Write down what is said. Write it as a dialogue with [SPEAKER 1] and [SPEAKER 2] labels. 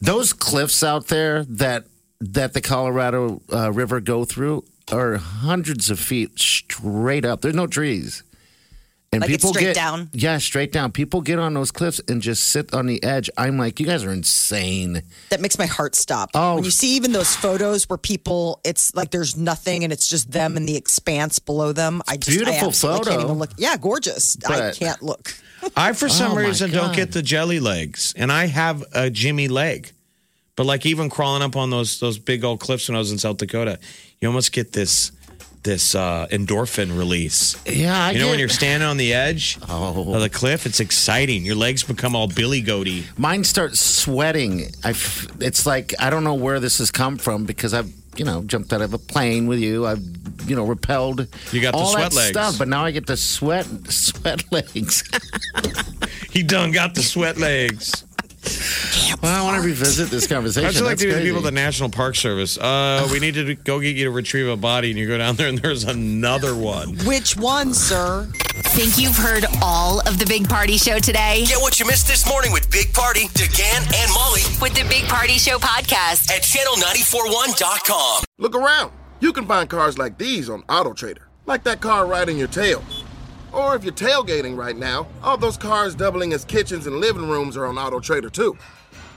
[SPEAKER 1] Those cliffs out there that that the Colorado uh, River go through are hundreds of feet straight up. There's no trees. And
[SPEAKER 2] Like it's straight down?
[SPEAKER 1] Yeah, straight down. People get on those cliffs and just sit on the edge. I'm like, you guys are insane.
[SPEAKER 2] That makes my heart stop.
[SPEAKER 1] Oh.
[SPEAKER 2] When you see even those photos where people, it's like there's nothing and it's just them and the expanse below them. I just I
[SPEAKER 1] Beautiful
[SPEAKER 2] absolutely can't
[SPEAKER 1] photo.
[SPEAKER 2] even look. Yeah, gorgeous. I
[SPEAKER 1] But-
[SPEAKER 2] can't look.
[SPEAKER 3] I, for some
[SPEAKER 1] Oh, my
[SPEAKER 3] reason, don't
[SPEAKER 1] God.
[SPEAKER 3] get the jelly legs, and I have a Jimmy leg. But like even crawling up on those those big old cliffs when I was in South Dakota, you almost get this this uh, endorphin release.
[SPEAKER 1] Yeah, I
[SPEAKER 3] you know when
[SPEAKER 1] get-
[SPEAKER 3] you're standing on the edge of the cliff, it's exciting. Your legs become all billy goaty.
[SPEAKER 1] Mine starts sweating. I, f- it's like I don't know where this has come from because I've you know jumped out of a plane with you. I've you know repelled.
[SPEAKER 3] You got the
[SPEAKER 1] all
[SPEAKER 3] sweat
[SPEAKER 1] that
[SPEAKER 3] legs.
[SPEAKER 1] stuff, but now I get the sweat sweat legs.
[SPEAKER 3] He done got the sweat legs.
[SPEAKER 1] Well, I want to revisit this conversation.
[SPEAKER 3] I just like
[SPEAKER 1] That's
[SPEAKER 3] to be the people at the
[SPEAKER 1] crazy.
[SPEAKER 3] National Park Service. Uh, we need to go get you to retrieve a body, and you go down there, and there's another one.
[SPEAKER 2] Which one, sir?
[SPEAKER 4] Think you've heard all of the Big Party Show today?
[SPEAKER 5] Get what you missed this morning with Big Party, DeGan, and Molly
[SPEAKER 4] With the Big Party Show podcast.
[SPEAKER 5] at channel941.com.
[SPEAKER 6] Look around. You can find cars like these on AutoTrader, like that car riding your tail. Or if you're tailgating right now, all those cars doubling as kitchens and living rooms are on AutoTrader too.